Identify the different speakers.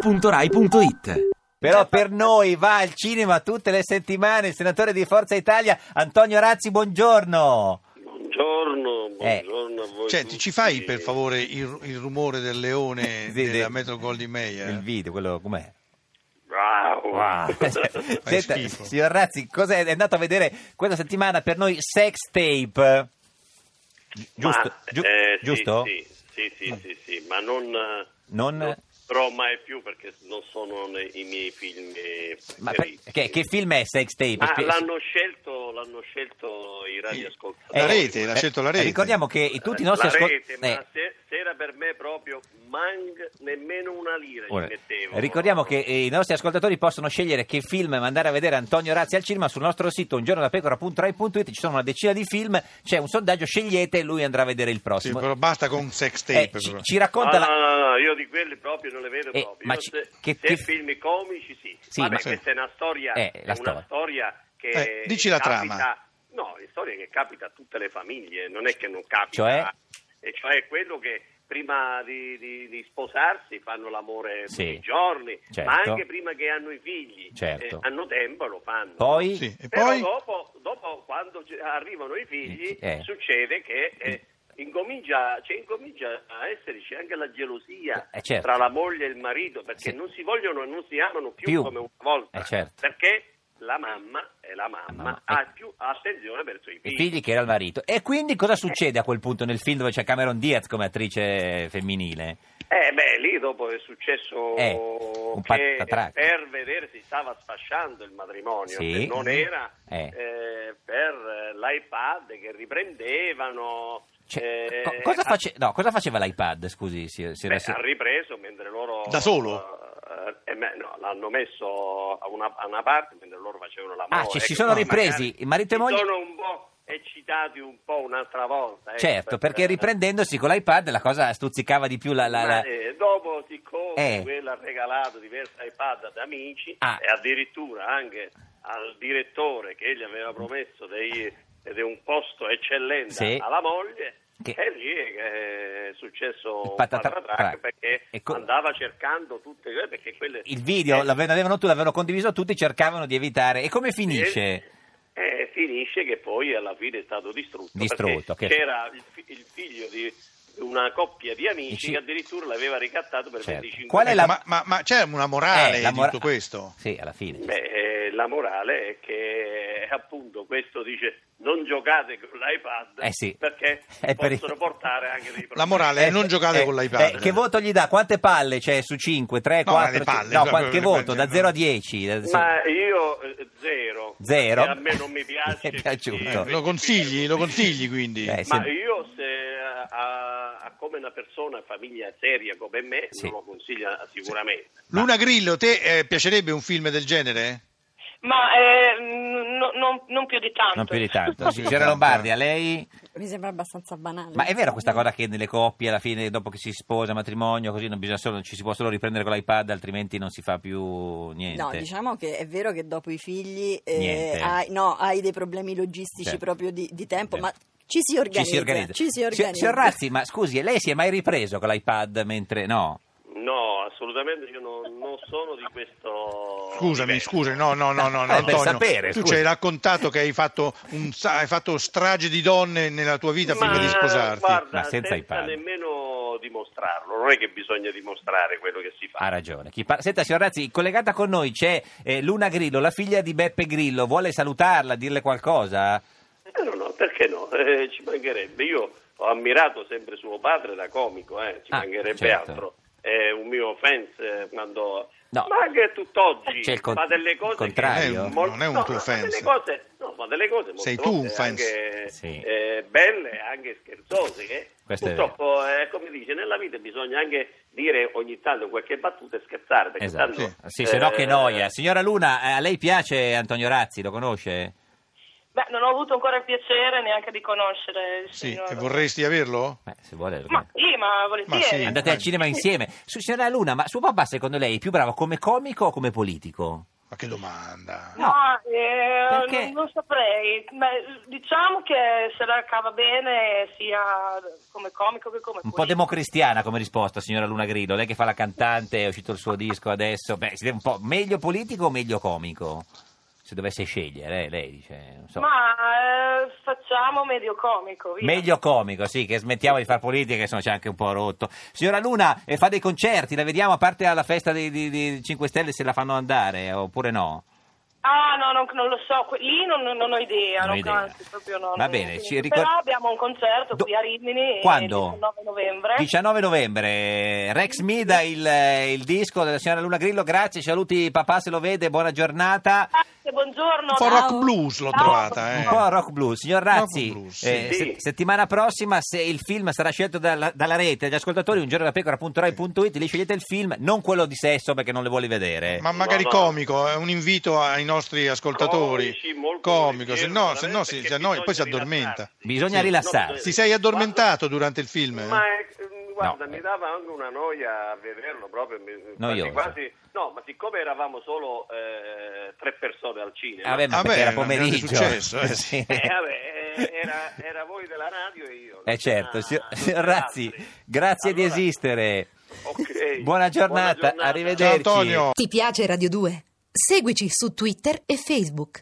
Speaker 1: radio2pod.rai.it
Speaker 2: Però per noi va al cinema tutte le settimane il senatore di Forza Italia Antonio Razzi, buongiorno.
Speaker 3: Buongiorno,
Speaker 2: Eh.
Speaker 3: buongiorno a voi.
Speaker 4: Senti,
Speaker 3: tutti.
Speaker 4: ci fai per favore il, il rumore del leone
Speaker 2: Sì,
Speaker 4: della
Speaker 2: sì.
Speaker 4: Metro Gold di Meyer?
Speaker 2: Il video, quello com'è?
Speaker 3: Ah, Wow, wow.
Speaker 2: Ah, Senta,
Speaker 4: schifo.
Speaker 2: signor Razzi, cos'è? È andato a vedere questa settimana per noi sex tape. Gi- Giusto?
Speaker 3: Ma,
Speaker 2: Giu-
Speaker 3: eh, sì,
Speaker 2: giusto?
Speaker 3: Sì, sì, sì, sì, sì, ma non... eh,
Speaker 2: Non-
Speaker 3: però mai più perché non sono nei- i miei film eh,
Speaker 2: Ma per-
Speaker 3: preferiti.
Speaker 2: che, che film è sex tape?
Speaker 3: Ah,
Speaker 2: Spie-
Speaker 3: l'hanno scelto, l'hanno scelto i radioascoltatori.
Speaker 4: La
Speaker 2: Eh,
Speaker 4: rete, l'ha scelto la rete.
Speaker 2: Ricordiamo che i- tutti i nostri
Speaker 3: la
Speaker 2: ascol-
Speaker 3: rete,
Speaker 2: eh,
Speaker 3: ma se, se era per me proprio mang nemmeno una lira
Speaker 2: ora,
Speaker 3: ci mettevo.
Speaker 2: Ricordiamo che eh, i nostri ascoltatori possono scegliere che film mandare a vedere Antonio Razzi al cinema sul nostro sito ungiornodapecora.rai.it ci sono una decina di film, c'è un sondaggio, scegliete e lui andrà a vedere il
Speaker 4: Sì,
Speaker 2: prossimo.
Speaker 4: però basta con sex
Speaker 2: Eh,
Speaker 4: tape.
Speaker 2: ci,
Speaker 4: però.
Speaker 2: ci
Speaker 3: No,
Speaker 2: racconta la...
Speaker 3: no, no, no, io di quelli proprio non le vedo
Speaker 2: Eh,
Speaker 3: proprio.
Speaker 2: ma
Speaker 3: Io
Speaker 2: ci-
Speaker 3: se
Speaker 2: che-
Speaker 3: se
Speaker 2: che-
Speaker 3: film comici sì.
Speaker 2: Sì,
Speaker 3: Vabbè,
Speaker 2: ma-
Speaker 3: questa è una storia,
Speaker 2: Eh,
Speaker 3: è
Speaker 2: la
Speaker 3: una
Speaker 2: storia.
Speaker 3: storia, che
Speaker 4: Eh, dici la
Speaker 3: capita-
Speaker 4: trama.
Speaker 3: No, è storia che capita a tutte le famiglie, non è che non capita.
Speaker 2: Cioè?
Speaker 3: E cioè quello che prima di, di- di sposarsi fanno l'amore
Speaker 2: Sì.
Speaker 3: tutti i giorni,
Speaker 2: Certo.
Speaker 3: ma anche prima che hanno i figli.
Speaker 2: Certo.
Speaker 3: Eh, hanno tempo lo fanno.
Speaker 2: Poi?
Speaker 4: Sì, e
Speaker 3: Però
Speaker 4: poi?
Speaker 3: dopo, dopo, quando ci- arrivano i figli,
Speaker 2: Eh.
Speaker 3: succede che eh, incomincia, cioè, incomincia a esserci anche la gelosia
Speaker 2: Eh, certo.
Speaker 3: tra la moglie e il marito, perché
Speaker 2: Sì.
Speaker 3: non si vogliono e non si amano più,
Speaker 2: Più.
Speaker 3: come una volta.
Speaker 2: Eh, certo.
Speaker 3: Perché la mamma e la mamma,
Speaker 2: mamma,
Speaker 3: ha
Speaker 2: eh.
Speaker 3: più attenzione verso i
Speaker 2: i
Speaker 3: figli.
Speaker 2: figli che era il marito. E quindi cosa succede a quel punto nel film dove c'è Cameron Diaz come attrice femminile?
Speaker 3: Eh beh, lì dopo è successo
Speaker 2: Eh, un
Speaker 3: che
Speaker 2: patatrac.
Speaker 3: per vedere si stava sfasciando il matrimonio,
Speaker 2: Sì.
Speaker 3: se non era
Speaker 2: Eh.
Speaker 3: eh, per eh, l'iPad che riprendevano.
Speaker 2: Cioè,
Speaker 3: eh,
Speaker 2: co- cosa,
Speaker 3: a-
Speaker 2: face- no, cosa faceva l'iPad, scusi? si- si era-
Speaker 3: Beh,
Speaker 2: si-
Speaker 3: ha ripreso mentre loro...
Speaker 4: Da solo?
Speaker 3: Eh, eh, beh, no, l'hanno messo a una, a una parte mentre loro facevano ecco, la
Speaker 2: Ah, ci si sono ripresi, il marito e moglie-
Speaker 3: Sono un po' eccitati un po' un'altra volta. eh,
Speaker 2: certo, perché riprendendosi con l'iPad la cosa stuzzicava di più la... la- la-
Speaker 3: Ma, eh, dopo, siccome
Speaker 2: Eh.
Speaker 3: quello ha regalato diversi iPad ad amici
Speaker 2: Ah.
Speaker 3: e addirittura anche al direttore che gli aveva promesso dei, di un posto eccellente
Speaker 2: Sì.
Speaker 3: alla moglie,
Speaker 2: Che-
Speaker 3: e lì è che è successo
Speaker 2: Il
Speaker 3: un
Speaker 2: patatra-
Speaker 3: patatrac perché
Speaker 2: e co-
Speaker 3: andava cercando tutte quelle perché quelle
Speaker 2: Il video
Speaker 3: eh,
Speaker 2: l'avevano tu, l'avevano condiviso tutti, cercavano di evitare. E come finisce?
Speaker 3: Eh, finisce che poi alla fine è stato distrutto.
Speaker 2: Distrutto,
Speaker 3: perché
Speaker 2: che-
Speaker 3: C'era il, fi- il figlio di una coppia di amici
Speaker 2: Dici-
Speaker 3: che addirittura l'aveva ricattato per
Speaker 2: Certo.
Speaker 3: 25
Speaker 2: Qual è
Speaker 3: anni.
Speaker 2: la-
Speaker 4: Ecco, ma, ma- ma c'è una morale
Speaker 2: Eh, la mora-
Speaker 4: di Ah, tutto questo?
Speaker 2: Sì, alla fine.
Speaker 3: Beh, eh, la morale è che eh, appunto questo dice non giocate con l'iPad
Speaker 2: Eh sì.
Speaker 3: perché
Speaker 2: È per il-
Speaker 3: possono portare anche dei problemi.
Speaker 4: La morale è
Speaker 2: Eh,
Speaker 4: non giocate
Speaker 2: eh,
Speaker 4: con
Speaker 2: eh,
Speaker 4: l'iPad.
Speaker 2: che voto gli dà? Quante palle c'è su 5, 3,
Speaker 4: No,
Speaker 2: 4?
Speaker 4: le palle,
Speaker 2: no,
Speaker 4: cioè,
Speaker 2: qualche
Speaker 4: le
Speaker 2: voto,
Speaker 4: palle,
Speaker 2: da
Speaker 4: no.
Speaker 2: 0 a 10. da- sì.
Speaker 3: Ma io eh, zero.
Speaker 2: Zero.
Speaker 3: Perché A me non mi piace.
Speaker 2: È piaciuto.
Speaker 3: quindi-
Speaker 4: Eh, lo consigli, lo consigli quindi.
Speaker 2: Eh, sì.
Speaker 3: Ma io se a, a- a come una persona, famiglia seria come me,
Speaker 2: Sì.
Speaker 3: non lo consiglia sicuramente.
Speaker 4: Luna Grillo, te eh, piacerebbe un film del genere?
Speaker 5: Ma eh, no- non, non più di tanto.
Speaker 2: Non più di tanto.
Speaker 4: Non
Speaker 2: Sì,
Speaker 4: più di
Speaker 2: Signora
Speaker 4: tanto.
Speaker 2: Lombardi, a lei...
Speaker 6: Mi sembra abbastanza banale.
Speaker 2: Ma è vero questa cosa che nelle coppie alla fine dopo che si sposa matrimonio così non bisogna solo, ci si può solo riprendere con l'iPad altrimenti non si fa più niente.
Speaker 6: No, diciamo che è vero che dopo i figli eh,
Speaker 2: Niente.
Speaker 6: hai, no, hai dei problemi logistici
Speaker 2: Certo.
Speaker 6: proprio di, di tempo,
Speaker 2: Certo.
Speaker 6: ma ci si organizza.
Speaker 2: Ci si organizza.
Speaker 6: Ci si
Speaker 2: Si-
Speaker 6: organizza.
Speaker 2: Signor Razzi, ma scusi, lei si è mai ripreso con l'iPad mentre no?
Speaker 3: No, assolutamente io non, non sono di questo.
Speaker 4: Scusami,
Speaker 3: livello.
Speaker 4: scusami, no, no, no, no, no,
Speaker 2: Eh, per
Speaker 4: Antonio.
Speaker 2: sapere,
Speaker 4: tu
Speaker 2: scusa.
Speaker 4: ci hai raccontato che hai fatto, un sa- hai fatto strage di donne nella tua vita prima
Speaker 3: Ma,
Speaker 4: di sposarti.
Speaker 3: Guarda,
Speaker 2: Ma senza
Speaker 3: senza,
Speaker 2: iPad.
Speaker 3: nemmeno dimostrarlo, non è che bisogna dimostrare quello che si fa.
Speaker 2: Ha ragione. Chi par- Senta, signor Razzi, collegata con noi c'è eh, Luna Grillo, la figlia di Beppe Grillo. Vuole salutarla, dirle qualcosa?
Speaker 3: Eh, no, no, perché no? Eh, ci mancherebbe. Io ho ammirato sempre suo padre da comico, eh, ci
Speaker 2: Ah,
Speaker 3: mancherebbe
Speaker 2: certo.
Speaker 3: altro. È un mio fans eh, quando...
Speaker 2: No.
Speaker 3: Ma anche tutt'oggi
Speaker 2: C'è il con-
Speaker 3: fa delle cose
Speaker 2: contrario. Non
Speaker 4: è un- non è un tuo
Speaker 3: ma fa
Speaker 4: fans.
Speaker 3: delle cose- no, fa delle cose molte
Speaker 4: Sei tu un
Speaker 3: volte
Speaker 4: fans.
Speaker 3: anche,
Speaker 2: Sì.
Speaker 3: eh, belle e anche scherzose. Che
Speaker 2: Questo è
Speaker 3: purtroppo, eh, come dice, nella vita bisogna anche dire ogni tanto qualche battuta e scherzare. Perché tanto,
Speaker 2: Esatto. Sì, se no
Speaker 3: eh,
Speaker 2: che noia. Signora Luna, eh, a lei piace Antonio Razzi, lo conosce?
Speaker 5: Beh, non ho avuto ancora il piacere neanche di conoscere il
Speaker 4: Sì,
Speaker 5: signor.
Speaker 4: e vorresti averlo?
Speaker 2: Beh, se vuole. eh, lo
Speaker 5: Ma sì, ma volentieri.
Speaker 4: Ma sì.
Speaker 2: Andate al cinema insieme. Su- Signora Luna, ma suo papà secondo lei è più bravo come comico o come politico?
Speaker 4: Ma che domanda.
Speaker 5: No, eh,
Speaker 2: Perché?
Speaker 5: non, non saprei. Ma, diciamo che se la cava bene sia come comico che come
Speaker 2: Un po'
Speaker 5: politico.
Speaker 2: democristiana come risposta, signora Luna Grillo. Lei che fa la cantante, è uscito il suo disco adesso. Beh, si deve un po' meglio politico o meglio comico? Se dovesse scegliere, eh, lei dice. Non so.
Speaker 5: Ma eh, facciamo medio comico. via.
Speaker 2: Meglio comico, sì, che smettiamo di fare politica, che sono c'è anche un po' rotto. Signora Luna, eh, fa dei concerti, la vediamo a parte alla festa dei, dei- dei 5 Stelle se la fanno andare oppure no?
Speaker 5: Ah, no, non, non lo so, que- lì non, non ho idea,
Speaker 2: Non ho
Speaker 5: non
Speaker 2: idea.
Speaker 5: Anzi, proprio no,
Speaker 2: Va
Speaker 5: non-
Speaker 2: bene, ci ricor-
Speaker 5: però abbiamo un concerto
Speaker 2: Do-
Speaker 5: qui a Rimini
Speaker 2: Quando?
Speaker 5: il 19 novembre.
Speaker 2: 19 novembre, Eh, Rex Mida, il, eh, il disco della signora Luna Grillo, grazie, saluti papà se lo vede, buona giornata.
Speaker 5: Grazie, buongiorno.
Speaker 4: Un po' rock
Speaker 6: Ciao.
Speaker 4: blues l'ho
Speaker 5: Ciao.
Speaker 4: trovata,
Speaker 2: Un
Speaker 4: eh.
Speaker 2: po' rock blues, signor
Speaker 4: Rock
Speaker 2: Razzi.
Speaker 4: blues,
Speaker 2: eh,
Speaker 3: sì.
Speaker 2: se-
Speaker 3: Sì.
Speaker 2: settimana prossima, se il film sarà scelto dalla, dalla rete dagli ascoltatori, un giorno da pecora.rai.it, lì scegliete il film, non quello di sesso perché non le vuole vedere.
Speaker 4: Ma magari
Speaker 3: No, no.
Speaker 4: comico, è un invito ai nostri ascoltatori.
Speaker 3: Comici, molto
Speaker 4: comico, se no,
Speaker 3: volentieri,
Speaker 4: se no si,
Speaker 3: perché
Speaker 4: se no
Speaker 3: bisogna
Speaker 4: poi si addormenta.
Speaker 3: rilassarsi.
Speaker 2: Bisogna
Speaker 4: Sì.
Speaker 2: rilassarsi.
Speaker 4: Ti sei addormentato durante il film? eh?
Speaker 3: Ma eh, guarda,
Speaker 2: No.
Speaker 3: mi dava anche una noia a vederlo proprio. mi-
Speaker 2: Noioso.
Speaker 3: Quasi, quasi- no, ma siccome eravamo solo eh, tre persone al cinema,
Speaker 2: Ah, Vabbè, ma
Speaker 4: Vabbè,
Speaker 2: perché era
Speaker 4: è un grande
Speaker 2: pomeriggio.
Speaker 4: successo, eh, sì.
Speaker 3: eh, vabbè, eh, era, era voi della radio e io.
Speaker 2: Eh, certo,
Speaker 3: Ah,
Speaker 2: signor
Speaker 3: tutti gli
Speaker 2: signor Razzi,
Speaker 3: altri.
Speaker 2: grazie di
Speaker 3: Allora,
Speaker 2: esistere.
Speaker 3: ok.
Speaker 2: Buona giornata,
Speaker 3: Buona giornata.
Speaker 2: arrivederci.
Speaker 4: Ciao Antonio.
Speaker 1: Ti piace Radio 2? Seguici su Twitter e Facebook.